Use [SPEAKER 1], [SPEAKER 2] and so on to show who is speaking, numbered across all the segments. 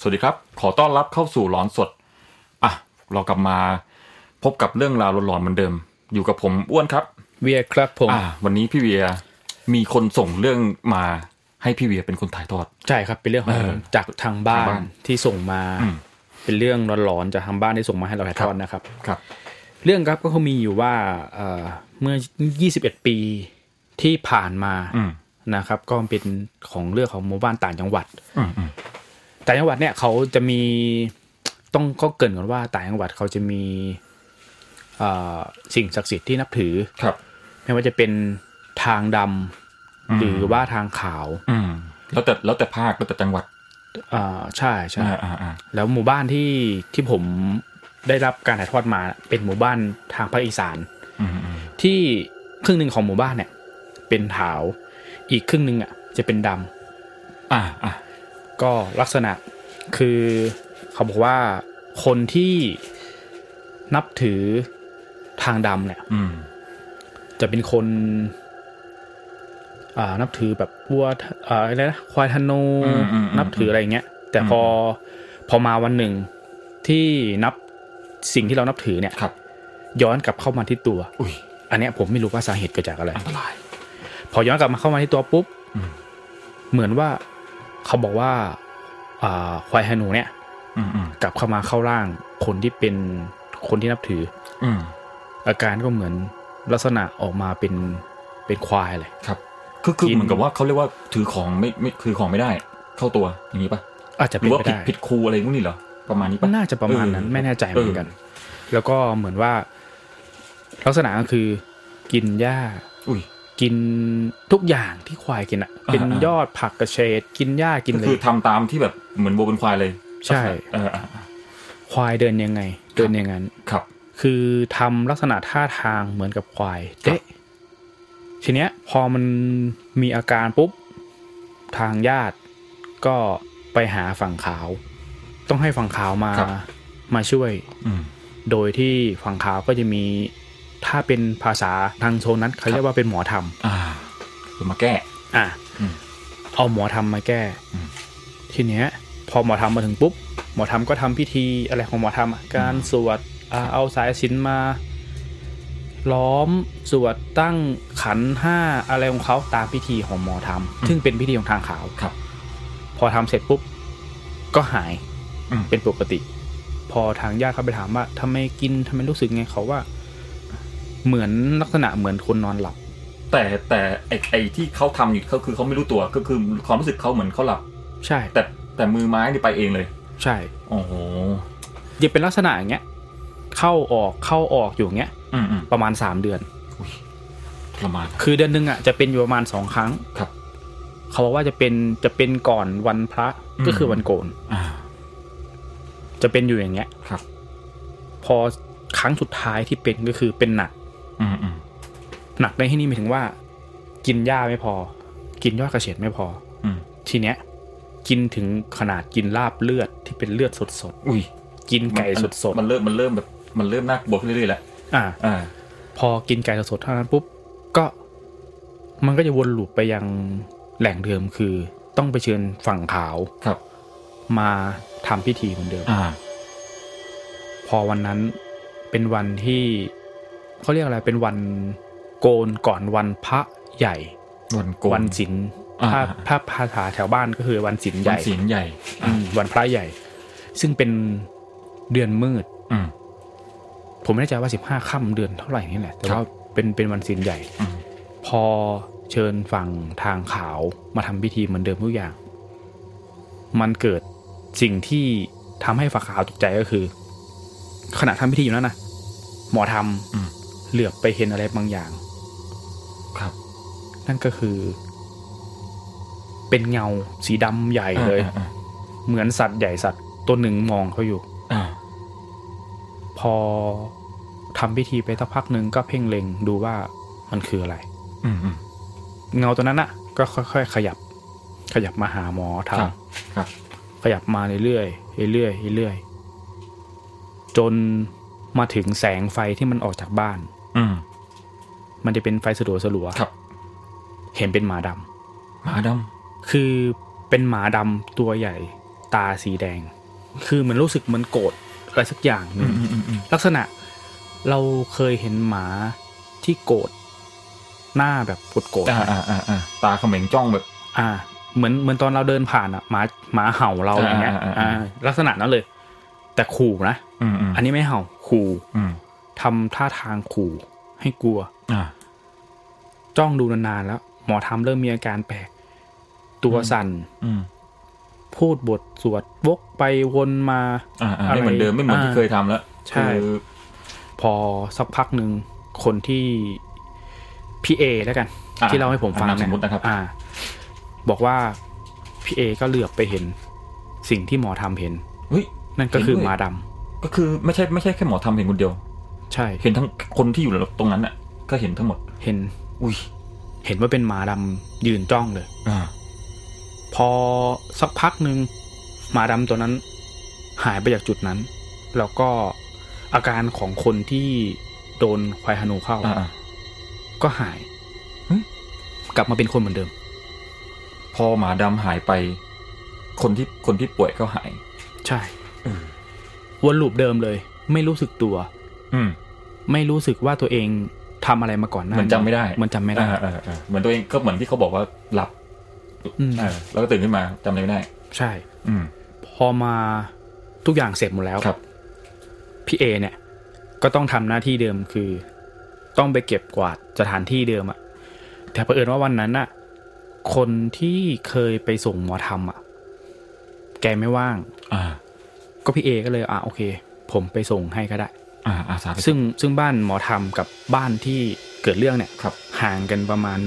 [SPEAKER 1] สวัสดีครับ ขอต้อนรับเข้าสู่หลอนสด อ่ะ เรากลับมาพบกับเรื่องราวหลอนๆเหมือนเดิม อยู่กับผมอ้วนครับ
[SPEAKER 2] เวียครับผม
[SPEAKER 1] อ่า วันนี้พี่เวียมีคนส่งเรื่องมาให้พี่เวียเป็นคนถ่ายทอด
[SPEAKER 2] ใช่ครับเป็นเรื่องของจากทางบ้า
[SPEAKER 1] ทาน งบ้าน
[SPEAKER 2] ที่ส่งมา เป็นเรื่องร้อนๆจากทางบ้านที่ส่งมาให้เราถ่ายทอ
[SPEAKER 1] ค
[SPEAKER 2] ด
[SPEAKER 1] รับ
[SPEAKER 2] นะครับ
[SPEAKER 1] ครับ
[SPEAKER 2] เรื่องครับก็คงมีอยู่ว่าเอ่อเมื่อ 21 ปีที่ผ่านมา
[SPEAKER 1] อืม
[SPEAKER 2] นะครับ ก็เป็นของเรื่องของหมู่บ้านต่างจังหวัด
[SPEAKER 1] อืมอืม
[SPEAKER 2] ต่างจังหวัดเนี่ยเขาจะมีต้องเขาเกรินก่อนว่าต่างจังหวัดเขาจะมีเอ่อสิ่งศักดิ์สิทธิ์ที่นับถือ
[SPEAKER 1] ครับ
[SPEAKER 2] ไม่ว่าจะเป็นทางดำหรือว่าทางขาว
[SPEAKER 1] อืม แล้วแต่แล้วแต่ภาคแล้วแต่จังหวัด
[SPEAKER 2] อ่าใช่ใช่
[SPEAKER 1] อ่าอ่าอ่า
[SPEAKER 2] แล้วหมู่บ้านที่ที่ผมได้รับการถ่ายทอดมาเป็นหมู่บ้านทางภาคอีสาน
[SPEAKER 1] อืมอืม
[SPEAKER 2] ที่ครึ่งหนึ่งของหมู่บ้านเนี่ยเป็นขาว อีกครึ่งหนึ่งอ่ะจะเป็นดำ
[SPEAKER 1] อ่าอ่า
[SPEAKER 2] ก็ลักษณะคือเขาบอกว่าคนที่นับถือทางดำเนี่ย
[SPEAKER 1] อืม
[SPEAKER 2] จะเป็นคน อ่านับถือแบบวัวอ่าอะไรนะควายธนู
[SPEAKER 1] อืมอืมอืม
[SPEAKER 2] นับถืออะไรอย่างเงี้ย แต่พอพอมาวันหนึ่งที่นับสิ่งที่เรานับถือเนี่ย
[SPEAKER 1] ครับ
[SPEAKER 2] ย้อนกลับเข้ามาที่ตัว
[SPEAKER 1] อุ้ย
[SPEAKER 2] อันเนี้ยผมไม่รู้ว่าสาเหตุเกิดจากอะไร
[SPEAKER 1] อันตราย
[SPEAKER 2] พอย้อนกลับมาเข้ามาที่ตัวปุ๊บ
[SPEAKER 1] อืม
[SPEAKER 2] เหมือนว่าเขาบอกว่า อ่าควายธนูเนี่ย
[SPEAKER 1] อืมอืม
[SPEAKER 2] กลับเข้ามาเข้าร่างคนที่เป็นคนที่นับถือ
[SPEAKER 1] อืม
[SPEAKER 2] อาการก็เหมือนลักษณะออกมาเป็นเป็นควายเลย
[SPEAKER 1] ครับ คือคือ
[SPEAKER 2] กิน
[SPEAKER 1] เหมือนกับว่าเขาเรียกว่าถือของไม่ไม่ถือของไม่ได้ เข้าตัวอย่างนี้ปะ
[SPEAKER 2] อาจจะ
[SPEAKER 1] ห
[SPEAKER 2] เป็
[SPEAKER 1] รื
[SPEAKER 2] น
[SPEAKER 1] อว่า
[SPEAKER 2] ไป
[SPEAKER 1] ผิด
[SPEAKER 2] ได้
[SPEAKER 1] ผิดครูอะไรพวกนี้เหรอ ประมาณนี้ปะ
[SPEAKER 2] น่าจะประมาณนั้น
[SPEAKER 1] เออ
[SPEAKER 2] ไม่แน่ใจเหมือนกัน แล้วก็เหมือนว่า ลักษณะก็คือ กินหญ้า
[SPEAKER 1] อุ้ย
[SPEAKER 2] กินทุกอย่างที่ควายกินอ่ะ เป็น
[SPEAKER 1] อ่าอ่าย
[SPEAKER 2] ยอดผักกระเฉดกินหญ้ากิน
[SPEAKER 1] ก็
[SPEAKER 2] เล
[SPEAKER 1] คือย ทำตามที่แบบเหมือนวัวเป็นควายเลย
[SPEAKER 2] ใช่
[SPEAKER 1] เอออ่ะ
[SPEAKER 2] ควายเดินยังไง เดินอย่างนั้น
[SPEAKER 1] ครับ
[SPEAKER 2] คือทำลักษณะท่าทางเหมือนกับควาย
[SPEAKER 1] ครับ
[SPEAKER 2] เด๊ะทีเนี้ย พอมันมีอาการปุ๊บ ทางญาติก็ไปหาฝั่งขาว ต้องให้ฝั่งขาวมามาช่วย
[SPEAKER 1] อืม
[SPEAKER 2] โดยที่ฝั่งขาวก็จะมีถ้าเป็นภาษาทางโซนนั้น เขาเรียกว่าเป็นหมอธรรม
[SPEAKER 1] อ่าคือมาแก้
[SPEAKER 2] อ่ะ
[SPEAKER 1] อืม
[SPEAKER 2] เอาหมอธรรมมาแก้
[SPEAKER 1] อืม
[SPEAKER 2] ทีเนี้ย พอหมอธรรมมาถึงปุ๊บ หมอธรรมก็ทำพิธีอะไรของหมอธรรมอ่ะการสวดอ่าเอาสายสิญจนมา ล้อมสวดตั้งขันห้าอะไรของเขาตามพิธีของหมอธรรม ซึ่งเป็นพิธีของทางขาว
[SPEAKER 1] ครับ
[SPEAKER 2] พอทำเสร็จปุ๊บ ก็หาย
[SPEAKER 1] อืม
[SPEAKER 2] เป็นปกติ พอทางญาติเขาไปถามว่าทำไมกินทำไมรู้สึกไงเขาว่า เหมือนลักษณะเหมือนคนนอนหลับ
[SPEAKER 1] แต่แต่ไอไอที่เขาทำอยู่เขาคือเขาไม่รู้ตัวก็คือความรู้สึกเขาเหมือนเขาหลับ
[SPEAKER 2] ใช่
[SPEAKER 1] แต่แต่มือไม้นี่ไปเองเลย
[SPEAKER 2] ใช่
[SPEAKER 1] โอ้โห
[SPEAKER 2] ยังเป็นลักษณะอย่างเงี้ย เข้าออกเข้าออกอยู่อย่างเงี้ย
[SPEAKER 1] อืมอืม
[SPEAKER 2] ประมาณสามเดือน
[SPEAKER 1] ทรมาน
[SPEAKER 2] คือเดือนหนึงอ่ะจะเป็นอยู่ประมาณสองครั้ง
[SPEAKER 1] ครับ
[SPEAKER 2] เขาบอกว่าจะเป็นจะเป็นก่อนวันพระ
[SPEAKER 1] อืม
[SPEAKER 2] ก็คือวันโกน
[SPEAKER 1] อ่า
[SPEAKER 2] จะเป็นอยู่อย่างเงี้ย
[SPEAKER 1] ครับ
[SPEAKER 2] พอครั้งสุดท้ายที่เป็นก็คือเป็นหนัก
[SPEAKER 1] อืมอืม
[SPEAKER 2] หนักในที่นี่หมายถึงว่า กินหญ้าไม่พอ กินยอดกระเฉดไม่พอ
[SPEAKER 1] อืม
[SPEAKER 2] ทีเนี้ยกินถึงขนาดกินลาบเลือดที่เป็นเลือดสด
[SPEAKER 1] อุ้ย
[SPEAKER 2] ๆ กินไก่
[SPEAKER 1] มัน
[SPEAKER 2] สด
[SPEAKER 1] มันเริ่มมันเริ่มแบบมันเริ่มน่ากลัวขึ้นเรื่อยๆแหละ
[SPEAKER 2] ๆอ่า
[SPEAKER 1] อ่า
[SPEAKER 2] พอกินไก่สดๆเท่านั้นปุ๊บ ก็ มันก็จะวนลูปไปยังแหล่งเดิมคือ ต้องไปเชิญฝั่งขาว
[SPEAKER 1] ครับ
[SPEAKER 2] มาทำพิธีเหมือนเดิม
[SPEAKER 1] อ่า
[SPEAKER 2] พอวันนั้นเป็นวันที่เขาเรียกอะไรเป็นวันโกนก่อนวันพระใหญ่
[SPEAKER 1] วันโก
[SPEAKER 2] วัน นศีล
[SPEAKER 1] อ่า
[SPEAKER 2] ถ้าถ้าภาษาแถวบ้านก็คือวันศีลให
[SPEAKER 1] วั
[SPEAKER 2] ญ่
[SPEAKER 1] นศีลใหญ่
[SPEAKER 2] อืมวันพระใหญ่ ซึ่งเป็นเดือนมืด
[SPEAKER 1] อืม
[SPEAKER 2] ผมไม่แน่ใจว่าสิบห้าค่ำเดือนเท่าไหร่นี่แหละ แต่
[SPEAKER 1] ครับ
[SPEAKER 2] ว่าเป็นเป็นวันศีลใหญ่
[SPEAKER 1] อืม
[SPEAKER 2] พอเชิญฝั่งทางขาวมาทำพิธีเหมือนเดิมทุกอย่าง มันเกิดสิ่งที่ทำให้ฝั่งขาวตกใจก็คือ ขณะทำพิธีอยู่นั้นนะหมอทำ
[SPEAKER 1] อืม
[SPEAKER 2] เหลือบไปเห็นอะไรบางอย่าง
[SPEAKER 1] ครับ
[SPEAKER 2] นั่นก็คือ เป็นเงาสีดำใหญ่เลย
[SPEAKER 1] อ่า
[SPEAKER 2] เหมือนสัตว์ใหญ่สัตว์ตัวหนึ่งมองเขาอยู่
[SPEAKER 1] อ่า
[SPEAKER 2] พอทำพิธีไปสักพักหนึ่งก็เพ่งเล็งดูว่ามันคืออะไร
[SPEAKER 1] อืมอืม
[SPEAKER 2] เงาตัวนั้นน่ะ ก็ค่อยๆ ขยับ ขยับมาหาหมอท
[SPEAKER 1] ครับ ครับ
[SPEAKER 2] ำขยับมาเรื่อยๆเรื่อยๆเรื่อยๆจนมาถึงแสงไฟที่มันออกจากบ้าน
[SPEAKER 1] อืม
[SPEAKER 2] มันจะเป็นไฟสลัวสลัวๆ
[SPEAKER 1] ครับ
[SPEAKER 2] เห็นเป็นหมาดำ
[SPEAKER 1] หมาด
[SPEAKER 2] คือเป็นหมาดำตัวใหญ่ ตาสีแดง คือมันรู้สึกเหมันโกรธอะไรสักอย่างหนึ่ง ลักษณะเราเคยเห็นหมาที่โกรธหน้าแบบโกรธๆ
[SPEAKER 1] อ่า
[SPEAKER 2] ไหม
[SPEAKER 1] อ่าอ่าอ่าตาเขม็งจ้องแบบ
[SPEAKER 2] อ่า เหมือนเหมือนตอนเราเดินผ่านอ่ะหมาหมาเห่าเราอย่างเงี้ย
[SPEAKER 1] อ่าอ่าอ่า
[SPEAKER 2] อ่า ลักษณะนั้นเลย แต่ขู่นะ
[SPEAKER 1] อืมอืม
[SPEAKER 2] อันนี้ไม่เห่าขู่
[SPEAKER 1] อืม
[SPEAKER 2] ทำท่าทางขู่ให้กลัว
[SPEAKER 1] อ่า
[SPEAKER 2] จ้องดูนานๆแล้ว หมอทำเริ่มมีอาการแปลก ตัว
[SPEAKER 1] อืม
[SPEAKER 2] สั่น
[SPEAKER 1] อืม
[SPEAKER 2] พูดบทสวดวกไปวนมา
[SPEAKER 1] อ่าอ่าไม่เหมือนเดิมไม่เหมือนที่
[SPEAKER 2] อ่า
[SPEAKER 1] เคยทำแล้ว
[SPEAKER 2] ใช่
[SPEAKER 1] คือ
[SPEAKER 2] พอสักพักหนึ่งคนที่พี่เอแล้วกัน
[SPEAKER 1] อ่
[SPEAKER 2] ที่เล่าให้ผมฟัง
[SPEAKER 1] อ่ะน
[SPEAKER 2] เนี่
[SPEAKER 1] สม
[SPEAKER 2] ย
[SPEAKER 1] มตินะครับ
[SPEAKER 2] อ่า บอกว่าพี่เอก็เหลือบไปเห็น สิ่งที่หมอทำเห็น
[SPEAKER 1] เฮ้ย
[SPEAKER 2] นั่นก็คือ
[SPEAKER 1] เห็นด้วย
[SPEAKER 2] หมาดำ
[SPEAKER 1] ก็คือไม่ใช่ไม่ใช่แค่หมอทำเห็นคนเดียว
[SPEAKER 2] ใช่
[SPEAKER 1] เห็นทั้งคนที่อยู่ตรงนั้นอ่ะ ก็เห็นทั้งหมด
[SPEAKER 2] เห็น
[SPEAKER 1] อุ้ย
[SPEAKER 2] เห็นว่าเป็นหมาดำยืนจ้องเลย
[SPEAKER 1] อ่า
[SPEAKER 2] พอสักพักหนึ่งหมาดำตัวนั้น หายไปจากจุดนั้น แล้วก็อาการของคนที่โดนควายฮานูเข้า
[SPEAKER 1] อ่าอ่า
[SPEAKER 2] ก็หาย
[SPEAKER 1] เฮ้ย
[SPEAKER 2] กลับมาเป็นคนเหมือนเดิม
[SPEAKER 1] พอหมาดำหายไป คนที่คนที่ป่วยก็หาย
[SPEAKER 2] ใช่
[SPEAKER 1] อืม
[SPEAKER 2] วนลูปเดิมเลย ไม่รู้สึกตัว
[SPEAKER 1] อืม
[SPEAKER 2] ไม่รู้สึกว่าตัวเองทำอะไรมาก่อนหน้า
[SPEAKER 1] เหมือนจำไม่ได้
[SPEAKER 2] เหมันจำไม่ได้
[SPEAKER 1] อ่าอ่าอ่าเหมือนตัวเองก็เหมือนที่เขาบอกว่าหลับ
[SPEAKER 2] อืม
[SPEAKER 1] เออแล้วก็ตื่นขึ้นมาจำอะไรไม่ได้
[SPEAKER 2] ใช่
[SPEAKER 1] อืม
[SPEAKER 2] พอมาทุกอย่างเสร็จหมดแล้ว
[SPEAKER 1] ครับ
[SPEAKER 2] พี่เอเนี่ย ก็ต้องทำหน้าที่เดิมคือ ต้องไปเก็บกวาดสถานที่เดิมอะแต่เผอิญว่าวันนั้นอะคนที่เคยไปส่งหมอทำอะแกไม่ว่าง
[SPEAKER 1] อ่า
[SPEAKER 2] ก็พี่เอก็เลยอ่ะโอเค ผมไปส่งให้ก็ได้
[SPEAKER 1] อ่าอาสาไป
[SPEAKER 2] ซึ่งซึ่งบ้านหมอทำกับบ้านที่เกิดเรื่องเนี่ย
[SPEAKER 1] ครับ
[SPEAKER 2] ห่างกันประมาณ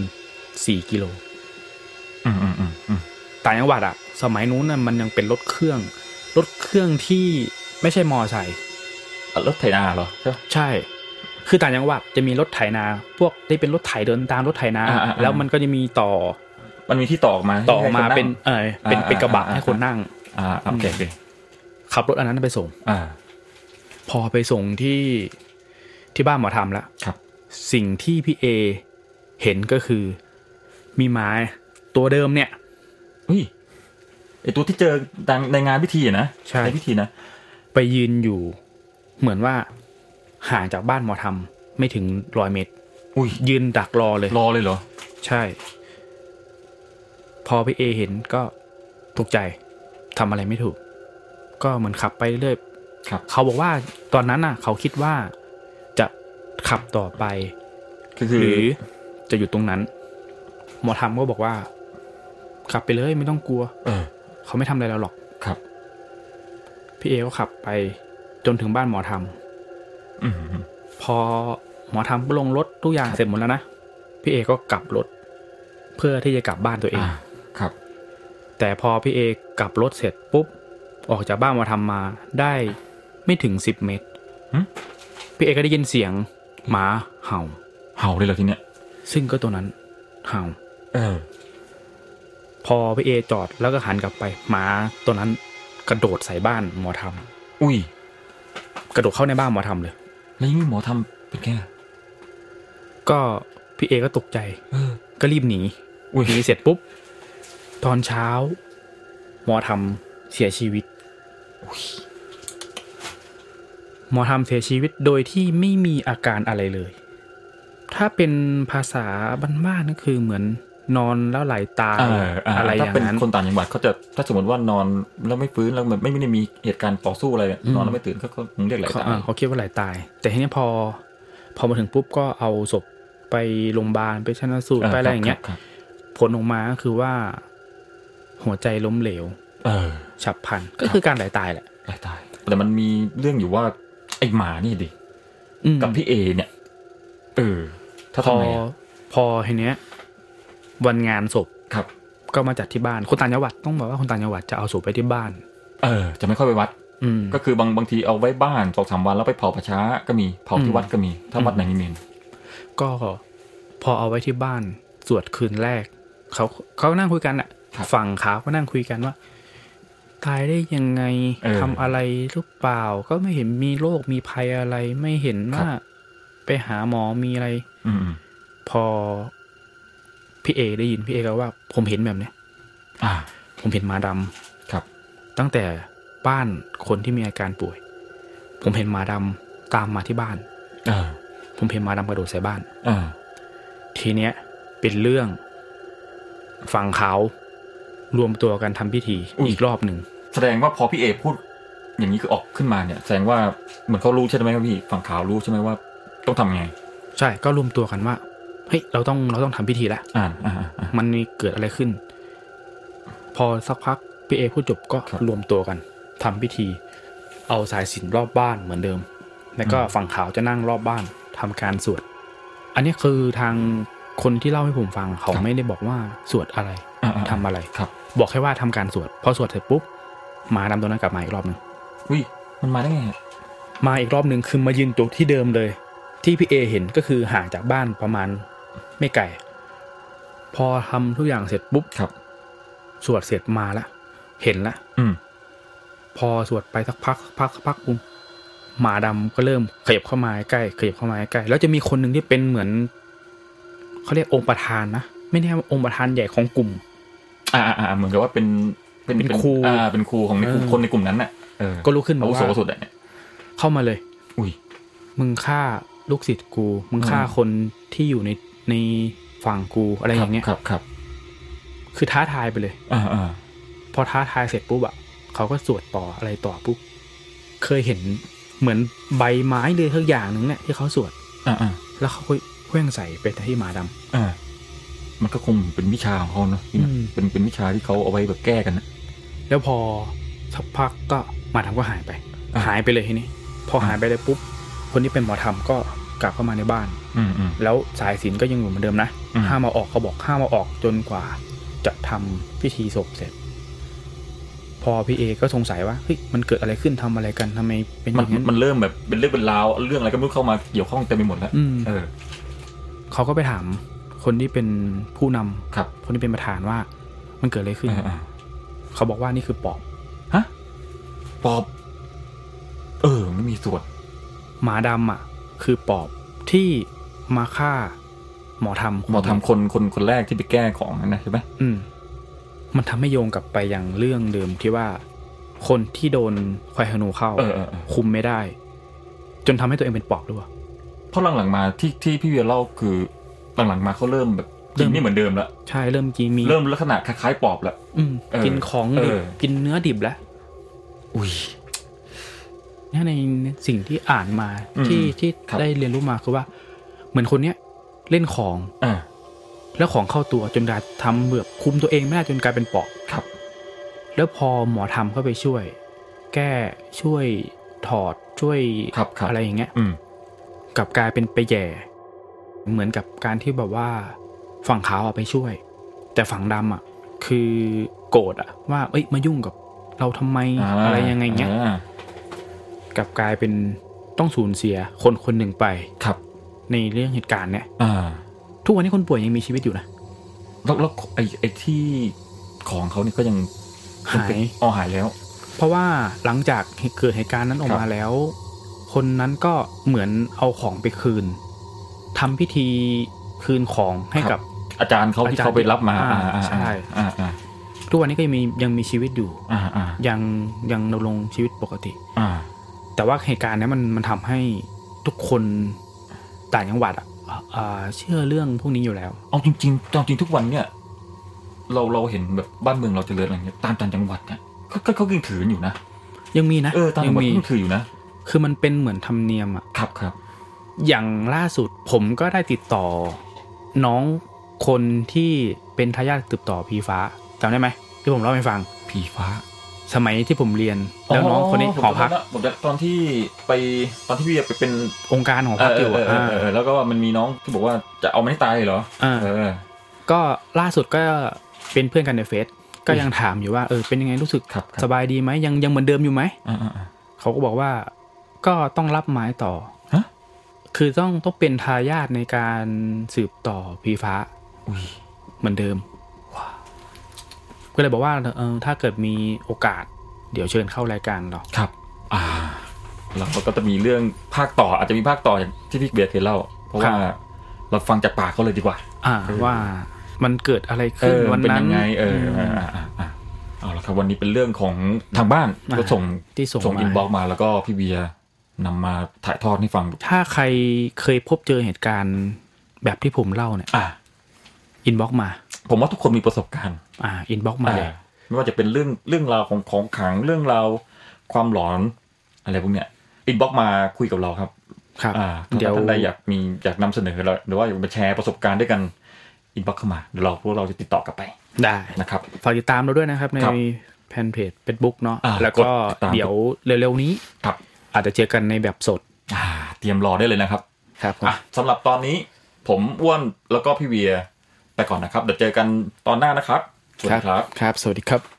[SPEAKER 2] 4 กิโล
[SPEAKER 1] อืมอืมอืมอืม
[SPEAKER 2] ต่างจังหวัดอะสมัยนู้นน่ะมันยังเป็นรถเครื่อง รถเครื่องที่ไม่ใช่มอไซค์
[SPEAKER 1] อ่ะรถไถนาเหรอใช่ปะ
[SPEAKER 2] ใช่ คือต่างจังหวัดจะมีรถไถนา พวกได้เป็นรถไถเดินตามรถไถนา
[SPEAKER 1] อ่าอ่าอ่า
[SPEAKER 2] แล้วมันก็จะมีต่อ
[SPEAKER 1] มันมีที่ต่อออกมา
[SPEAKER 2] ต่อมา
[SPEAKER 1] ให้คง
[SPEAKER 2] เป็นเออเป็น
[SPEAKER 1] อ่า
[SPEAKER 2] เป็นกระบะ
[SPEAKER 1] อ่า
[SPEAKER 2] ให้คนนั่ง
[SPEAKER 1] อ่าโอเคโอเค
[SPEAKER 2] ขับรถอันนั้นไปส่ง
[SPEAKER 1] อ่า
[SPEAKER 2] พอไปส่งที่ที่บ้านหมอทำแล้ว
[SPEAKER 1] ครับ
[SPEAKER 2] สิ่งที่พี่เอเห็นก็คือ มีไม้ตัวเดิมเนี่ย
[SPEAKER 1] อุ้ยไอตัวที่เจอดังในงานพิธีอะนะ
[SPEAKER 2] ใช่
[SPEAKER 1] นพิธีนะ
[SPEAKER 2] ไปยืนอยู่ เหมือนว่าห่างจากบ้านหมอทำไม่ถึงร้อยเมตร
[SPEAKER 1] อุ้ย
[SPEAKER 2] ยืนดักรอเลย
[SPEAKER 1] รอเลยเหรอ
[SPEAKER 2] ใช่ พอพี่เอเห็นก็ตกใจทำอะไรไม่ถูก ก็เหมือนขับไปเรื่อย
[SPEAKER 1] ครับ
[SPEAKER 2] เขาบอกว่าตอนนั้นน่ะ เขาคิดว่าจะขับต่อไป
[SPEAKER 1] คือคือ
[SPEAKER 2] หรือจะอยู่ตรงนั้น หมอทำก็บอกว่า ขับไปเลยไม่ต้องกลัว
[SPEAKER 1] เออ
[SPEAKER 2] เขาไม่ทำอะไรเราหรอก
[SPEAKER 1] ครับ
[SPEAKER 2] พี่เอก็ขับไปจนถึงบ้านหมอทำ
[SPEAKER 1] อืมอืม
[SPEAKER 2] พอหมอทำลงรถทุกอย่างเสร็จหมดแล้วนะ พี่เอก็กลับรถ เพื่อที่จะกลับบ้านตัวเอง
[SPEAKER 1] อ่าครับ
[SPEAKER 2] แต่พอพี่เอกลับรถเสร็จปุ๊บ ออกจากบ้านหมอทำมาได้ไม่ถึงสิบเมตร
[SPEAKER 1] หึ
[SPEAKER 2] พี่เอก็ได้ยินเสียงหมาเห่า
[SPEAKER 1] เห่าเลยเหรอทีเนี้ย
[SPEAKER 2] ซึ่งก็ตัวนั้นเห่า
[SPEAKER 1] เออ
[SPEAKER 2] พอพี่เอจอดแล้วก็หันกลับไปหมาตัวนั้นกระโดดใส่บ้านหมอท
[SPEAKER 1] อุ้ย
[SPEAKER 2] ำกระโดดเข้าในบ้านหมอทำเลย
[SPEAKER 1] แล้วยังมีหมอทำเป็นไงอะ
[SPEAKER 2] ก็พี่เอก็ตกใจ
[SPEAKER 1] เออ
[SPEAKER 2] ก็รีบหนี
[SPEAKER 1] อุ้ย
[SPEAKER 2] หนีเสร็จปุ๊บ ตอนเช้า หมอทำเสียชีวิต หมอทำเสียชีวิตโดยที่ไม่มีอาการอะไรเลย ถ้าเป็นภาษาบ้านๆก็คือเหมือนนอนแล้วไหลาตาย
[SPEAKER 1] เอออ่า
[SPEAKER 2] อะไรอ
[SPEAKER 1] ถ้า
[SPEAKER 2] ย่าง
[SPEAKER 1] เป็น
[SPEAKER 2] นั้น
[SPEAKER 1] คนต่างจังหวัดเขาจะถ้าสมมติว่านอนแล้วไม่ฟื้นแล้วมันไม่ไม่ได้มีเหตุการณ์ต่อสู้อะไรเนี่ย
[SPEAKER 2] อืม
[SPEAKER 1] นอนแล้วไม่ตื่นเขาก็คงเรียกไหล
[SPEAKER 2] เขา
[SPEAKER 1] ตาย
[SPEAKER 2] อ่าเขาคิดว่าไหลาตาย แต่ทีนี้พอ พอมาถึงปุ๊บก็เอาศพไปโรงพยาบาลไปชันสูตรไปอะไรอย่างเงี้ย
[SPEAKER 1] ครับ
[SPEAKER 2] ผลออกมาก็คือว่า หัวใจล้มเหลว
[SPEAKER 1] เออ
[SPEAKER 2] ฉับพลันก็คือการไหลาตายแหละ
[SPEAKER 1] ไหลตาย แต่มันมีเรื่องอยู่ว่าไอหมานี่ดิ
[SPEAKER 2] อืม
[SPEAKER 1] กับพี่เอเนี่ยเออถ้า
[SPEAKER 2] พอ
[SPEAKER 1] ทำไงอะ
[SPEAKER 2] พอทีเนี้ย วันงานศพ
[SPEAKER 1] ครับ
[SPEAKER 2] ก็มาจัดที่บ้านคนต่างจังหวัดต้องบอกว่าคนต่างจังหวัดจะเอาศพไปที่บ้าน
[SPEAKER 1] เออ จะไม่ค่อยไปวัด
[SPEAKER 2] อืม
[SPEAKER 1] ก็คือบางบางทีเอาไว้บ้านสองสามวันแล้วไปเผาประช้าก็มีเผา
[SPEAKER 2] อื
[SPEAKER 1] ที่
[SPEAKER 2] ม
[SPEAKER 1] วัดก็มี ถ้าวัดไหนมีเมน
[SPEAKER 2] ก็พอเอาไว้ที่บ้านสวดคืนแรก เขาเขานั่งคุยกันอะฝั่งเขาก็นั่งคุยกันว่า ตายได้ยังไงทำอะไรหรือเปล่า ก็ไม่เห็นมีโรคมีภัยอะไร ไม่เห็นว่าไปหาหมอมีอะไร
[SPEAKER 1] อืมอืม
[SPEAKER 2] พอพี่เอได้ยินพี่เอก็ว่า ผมเห็นแบบเนี้ย
[SPEAKER 1] อ่า
[SPEAKER 2] ผมเห็นหมาดำ
[SPEAKER 1] ครับ
[SPEAKER 2] ตั้งแต่บ้านคนที่มีอาการป่วย ผมเห็นหมาดำตามมาที่บ้าน
[SPEAKER 1] อ่า
[SPEAKER 2] ผมเห็นหมาดำกระโดดใส่บ้าน
[SPEAKER 1] อ่า
[SPEAKER 2] ทีเนี้ยเป็นเรื่องฝั่งเขารวมตัวกันทำพิธีอีกรอบหนึ่ง
[SPEAKER 1] แสดงว่าพอพี่เอพูด อย่างนี้คือออกขึ้นมาเนี่ย แสดงว่าเหมือนเขารู้ใช่ไหมครับพี่ฝั่งขาวรู้ใช่ไหมว่า ต้องทำไง
[SPEAKER 2] ใช่ก็รวมตัวกันว่าเฮ้ยเราต้องเราต้องทำพิธีละ
[SPEAKER 1] อ่าอ่าอ่า
[SPEAKER 2] มันมีเกิดอะไรขึ้น พอสักพักพี่เอพูดจบก็
[SPEAKER 1] ครับ
[SPEAKER 2] รวมตัวกันทำพิธี เอาสายสิญจนรอบบ้านเหมือนเดิม แล้วก็ฝั่งขาวจะนั่งรอบบ้านทำการสวด อันนี้คือทางคนที่เล่าให้ผมฟังเขาไม่ได้บอกว่าสวดอะไร
[SPEAKER 1] อ่าอ่า
[SPEAKER 2] ทำอะไร
[SPEAKER 1] ครับ
[SPEAKER 2] บอกแค่ว่าทำการสวดพอสวดเสร็จปุ๊บหมาดำตัวนั้นกลับมาอีกรอบหนึ่ง
[SPEAKER 1] อุ้ยมันมาได้ไงอะ
[SPEAKER 2] มาอีกรอบหนึ่งคือมายืนจุดที่เดิมเลย ที่พี่เอเห็นก็คือห่างจากบ้านประมาณไม่ไกลพอทำทุกอย่างเสร็จปุ๊บ
[SPEAKER 1] ครับ
[SPEAKER 2] สวดเสร็จมาละ เห็นละ
[SPEAKER 1] อืม
[SPEAKER 2] พอสวดไปสักพักพักสักพักปุ๊บหมาดำก็เริ่มขยับเข้ามาใกล้ขยับเข้ามาใกล้แล้วจะมีคนหนึ่งที่เป็นเหมือนเขาเรียกองค์ประธานนะไม่แน่ว่าองค์ประธานใหญ่ของกลุ่ม
[SPEAKER 1] อ่าอ่าอ่าเหมือนกับว่าเป็น
[SPEAKER 2] เป็นครู
[SPEAKER 1] อ่าเป็นครูของในกลุ่ม
[SPEAKER 2] เออ
[SPEAKER 1] คนในกลุ่มนั้นน่ะเออ
[SPEAKER 2] ก็ลุกขึ้นบอ
[SPEAKER 1] อากวุโส
[SPEAKER 2] ว่า
[SPEAKER 1] สุดอ่ะเนี่ย
[SPEAKER 2] เข้ามาเลย
[SPEAKER 1] อุ้ย
[SPEAKER 2] มึงฆ่าลูกศิษย์กู มึงฆ่า
[SPEAKER 1] อืม
[SPEAKER 2] คนที่อยู่ในในฝั่งกูอะไรอย่างเงี้ย
[SPEAKER 1] ครับครับ
[SPEAKER 2] คือท้าทายไปเลย
[SPEAKER 1] อ่าอ่า
[SPEAKER 2] พอท้าทายเสร็จปุ๊บอะเขาก็สวดต่ออะไรต่อปุ๊บ เคยเห็นเหมือนใบไม้เลยทักอย่างหนึ่งเนี่ยที่เขาสวด
[SPEAKER 1] อ่าอ่า
[SPEAKER 2] แล้วเขาก็เคว้งใส่ไปที่หมาดำ
[SPEAKER 1] อ่ามันก็คงเป็นวิชาของเขาเนอะพี่นะ
[SPEAKER 2] อืม
[SPEAKER 1] เป็นเป็นวิชาที่เขาเอาไว้แบบแก้กันนะ
[SPEAKER 2] แล้วพอสักพักก็หมาดำก็หายไป
[SPEAKER 1] อ่า
[SPEAKER 2] หายไปเลยทีนี้ พอหายไปเลยปุ๊บ คนที่เป็นหมอธรรมก็กลับเข้ามาในบ้าน
[SPEAKER 1] อืมอืม
[SPEAKER 2] แล้วสายศีลก็ยังอยู่เหมือนเดิมนะ
[SPEAKER 1] อืม
[SPEAKER 2] ห้ามมาออกเขาบอกห้ามมาออกจนกว่าจะทำพิธีศพเสร็จ พอพี่เอก็สงสัยว่าเฮ้ยมันเกิดอะไรขึ้นทำอะไรกันทำไมเป็นอ
[SPEAKER 1] มัน
[SPEAKER 2] ย่างนั้น
[SPEAKER 1] มันเริ่มแบบเป็นเรื่องเป็นราวเรื่องอะไรก็ไม่รู้เข้ามาเกี่ยวข้องเต็มไปหมดแล้ว
[SPEAKER 2] อืม
[SPEAKER 1] เออ
[SPEAKER 2] เขาก็ไปถามคนที่เป็นผู้นำ
[SPEAKER 1] ครับ
[SPEAKER 2] คนที่เป็นประธานว่า มันเกิดอะไรขึ้น
[SPEAKER 1] เออเออ
[SPEAKER 2] เขาบอกว่านี่คือปอบ
[SPEAKER 1] ฮะปอบ เออไม่มีส่วน
[SPEAKER 2] หมาดำอ่ะ คือปอบที่มาฆ่าหมอธรรม
[SPEAKER 1] หมอทำคนคนคนแรกที่ไปแก้ของนั่นนะใช่ไหม
[SPEAKER 2] อืม มันทำให้โยงกลับไปอย่างเรื่องเดิมที่ว่า คนที่โดนควายฮนูเข้า
[SPEAKER 1] เออเออเออ
[SPEAKER 2] คุมไม่ได้ จนทำให้ตัวเองเป็นปอบด้วย
[SPEAKER 1] เพราะหลังๆมาที่ที่พี่เวียเล่าคือหลังๆมาเขาเริ่มแบบ
[SPEAKER 2] เริ่
[SPEAKER 1] กิ
[SPEAKER 2] ม
[SPEAKER 1] นไม่เหมือนเดิมละ
[SPEAKER 2] ใช่เริ่มกินมี
[SPEAKER 1] เริ่มลักษณะคล้ายๆปอบละ
[SPEAKER 2] อืม
[SPEAKER 1] เออ
[SPEAKER 2] กินของดิบ
[SPEAKER 1] เออ
[SPEAKER 2] กินเนื้อดิบแล้ว
[SPEAKER 1] อุ้ย
[SPEAKER 2] เนี่ยในสิ่งที่อ่านมา
[SPEAKER 1] อืม
[SPEAKER 2] ที่ที่
[SPEAKER 1] ครับ
[SPEAKER 2] ได้เรียนรู้มาคือว่า เหมือนคนเนี้ยเล่นของ
[SPEAKER 1] อ่า
[SPEAKER 2] แล้วของเข้าตัวจนกลายทำเบือบคุมตัวเองไม่ได้จนกลายเป็นปอบ
[SPEAKER 1] ครับ
[SPEAKER 2] แล้วพอหมอทำเข้าไปช่วย แก้ช่วยถอดช่วย
[SPEAKER 1] ครับครับ
[SPEAKER 2] อะไรอย่างเงี้ย
[SPEAKER 1] อืม
[SPEAKER 2] กลับกลายเป็นไปแย่ เหมือนกับการที่แบบว่า ฝั่งขาวอะไปช่วย แต่ฝั่งดำอ่ะ คือโกรธอ่ะ ว่าเอ้ยมายุ่งกับเราทำไมอะไรยังไงเงี้ย
[SPEAKER 1] อ่าก
[SPEAKER 2] ลับกลายเป็นต้องสูญเสียคนคนหนึ่งไป
[SPEAKER 1] ครับ
[SPEAKER 2] ในเรื่องเหตุการณ์เนี้ย
[SPEAKER 1] อ่า
[SPEAKER 2] ทุกวันนี้คนป่วยยังมีชีวิตอยู่นะ
[SPEAKER 1] แล้วแล้วไอ้ไอ้ที่ของเขาเนี่ยก็ยัง
[SPEAKER 2] หาย
[SPEAKER 1] อ๋อหายแล้ว
[SPEAKER 2] เพราะว่าหลังจากเกิดเหตุการณ์นั้นออก
[SPEAKER 1] ครั
[SPEAKER 2] มา
[SPEAKER 1] บ
[SPEAKER 2] แล้ว คนนั้นก็เหมือนเอาของไปคืนทำพิธีคืนของให้กับ
[SPEAKER 1] อาจารย์เขาที่
[SPEAKER 2] อาจารย์
[SPEAKER 1] เขาไปรับมา
[SPEAKER 2] อ่า
[SPEAKER 1] อ่า
[SPEAKER 2] ใช่
[SPEAKER 1] อ่าอ่า
[SPEAKER 2] ทุกวันนี้ก็ยังมียังมีชีวิตอยู่
[SPEAKER 1] อ่าอ่า
[SPEAKER 2] ยังยังดำรงชีวิตปกติ
[SPEAKER 1] อ่า
[SPEAKER 2] แต่ว่าเหตุการณ์เนี้ยมันมันทำให้ทุกคนต่างจังหวัดอะอ่าเชื่อเรื่องพวกนี้อยู่แล้ว
[SPEAKER 1] เอาจริงๆเอาจริงทุกวันเนี่ย เราเราเห็นแบบบ้านเมืองเราเจริญอะไรเงี้ยตามต่างจังหวัดเนี่ยก็ก็เขายังถืออยู่นะ
[SPEAKER 2] ยังมีนะ
[SPEAKER 1] เออตามจั
[SPEAKER 2] ยัง
[SPEAKER 1] หวัด
[SPEAKER 2] มี
[SPEAKER 1] ก็ยังถืออยู่นะ
[SPEAKER 2] คือมันเป็นเหมือนธรรมเนียมอะ
[SPEAKER 1] ครับครับ
[SPEAKER 2] อย่างล่าสุดผมก็ได้ติดต่อ น้องคนที่เป็นทายาทติดต่อพีฟ้าจำได้ไหมที่ผมเล่าให้ฟัง
[SPEAKER 1] ผีฟ้า
[SPEAKER 2] สมัยที่ผมเรียนแล้วน้องคนนี้หอพัก
[SPEAKER 1] ผมจำได้ละผมจะตอนที่ไปตอนที่พี่ไปเป็น
[SPEAKER 2] องค์การหอ
[SPEAKER 1] เอ
[SPEAKER 2] พัก
[SPEAKER 1] อ
[SPEAKER 2] อ
[SPEAKER 1] เอยู่ อเออเออ
[SPEAKER 2] อ่า
[SPEAKER 1] เออแล้วก็มันมีน้องที่บอกว่าจะเอามันให้ตายเหรอ
[SPEAKER 2] อ่า
[SPEAKER 1] เออ
[SPEAKER 2] ก็ล่าสุดก็เป็นเพื่อนกันในเฟซก็ยังถามอยู่ว่าเออเป็นยังไงรู้สึก
[SPEAKER 1] ครับครับ
[SPEAKER 2] สบายดีไหมยังยังเหมือนเดิมอยู่ไหม
[SPEAKER 1] อ่าอ่าอ่า
[SPEAKER 2] เขาก็บอกว่าก็ต้องรับไม้ต่อ
[SPEAKER 1] ฮะ
[SPEAKER 2] คือต้องต้องเป็นทายาทในการสืบต่อพีฟ้า
[SPEAKER 1] อุ้ย
[SPEAKER 2] เหมือนเดิมก็เลยบอกว่าเออถ้าเกิดมีโอกาส เดี๋ยวเชิญเข้ารายการเรา
[SPEAKER 1] ครับ อ่า แล้วเราก็จะมีเรื่องภาคต่ออาจจะมีภาคต่ออย่างที่พี่เบียร์เคยเล่า เพราะว่า
[SPEAKER 2] ครับ
[SPEAKER 1] เราฟังจากปากเขาเลยดีกว่า
[SPEAKER 2] อ่าว่ามันเกิดอะไร
[SPEAKER 1] เอ
[SPEAKER 2] ขึ้น
[SPEAKER 1] อ
[SPEAKER 2] วัน
[SPEAKER 1] เป็น
[SPEAKER 2] นั้
[SPEAKER 1] ยั
[SPEAKER 2] น
[SPEAKER 1] งไง เออ
[SPEAKER 2] ม
[SPEAKER 1] อ่าอ่าอ่า เอาละครับวันนี้เป็นเรื่องของทางบ้าน
[SPEAKER 2] อ่า
[SPEAKER 1] ก็ส่ง
[SPEAKER 2] ที่ส่ง
[SPEAKER 1] ส่ง
[SPEAKER 2] มา
[SPEAKER 1] อินบ็อกมาแล้วก็พี่เบียร์นำมาถ่ายทอดให้ฟัง
[SPEAKER 2] ถ้าใครเคยพบเจอเหตุการณ์แบบที่ผมเล่าเนี่ย
[SPEAKER 1] อ่ะ
[SPEAKER 2] อินบ็อกมา
[SPEAKER 1] ผมว่าทุกคนมีประสบการณ์
[SPEAKER 2] อ่าอินบ็อกมาเลย
[SPEAKER 1] อ่าไม่ว่าจะเป็นเรื่องเรื่องราวของของขลังเรื่องราวความหลอนอะไรพวกเนี้ยอินบ็อกมาคุยกับเราครับ
[SPEAKER 2] ครับ
[SPEAKER 1] อ่า
[SPEAKER 2] เดี๋
[SPEAKER 1] เดี๋
[SPEAKER 2] ย
[SPEAKER 1] ยว
[SPEAKER 2] ว
[SPEAKER 1] ท่านใดอยากมีอยากนำเสนอเราหรือว่าอยากมาแชร์ประสบการณ์ด้วยกันอินบ็อกเข้ามาเดี๋ยวเราพวกเราจะติดต่อกลับไป
[SPEAKER 2] ได้
[SPEAKER 1] นะครับ
[SPEAKER 2] ฝากติดตามเราด้วยนะครับ ใน
[SPEAKER 1] ครับ
[SPEAKER 2] แฟนเพจ Facebook เนาะ
[SPEAKER 1] อ่า
[SPEAKER 2] แล้ว
[SPEAKER 1] ก
[SPEAKER 2] ก็
[SPEAKER 1] ดติดตาม
[SPEAKER 2] เดี๋ยวเร็วๆนี้
[SPEAKER 1] ครับ
[SPEAKER 2] อาจจะเจอกันในแบบสด
[SPEAKER 1] อ่าเตรียมรอได้เลยนะครับ
[SPEAKER 2] ครับผม
[SPEAKER 1] อ่ะสำหรับตอนนี้ผมอ้วนแล้วก็พี่เวียไปก่อนนะครับ เดี๋ยวเจอกันตอนหน้านะครับ สวัสดีครับ
[SPEAKER 2] ครับ สวัสดีครับ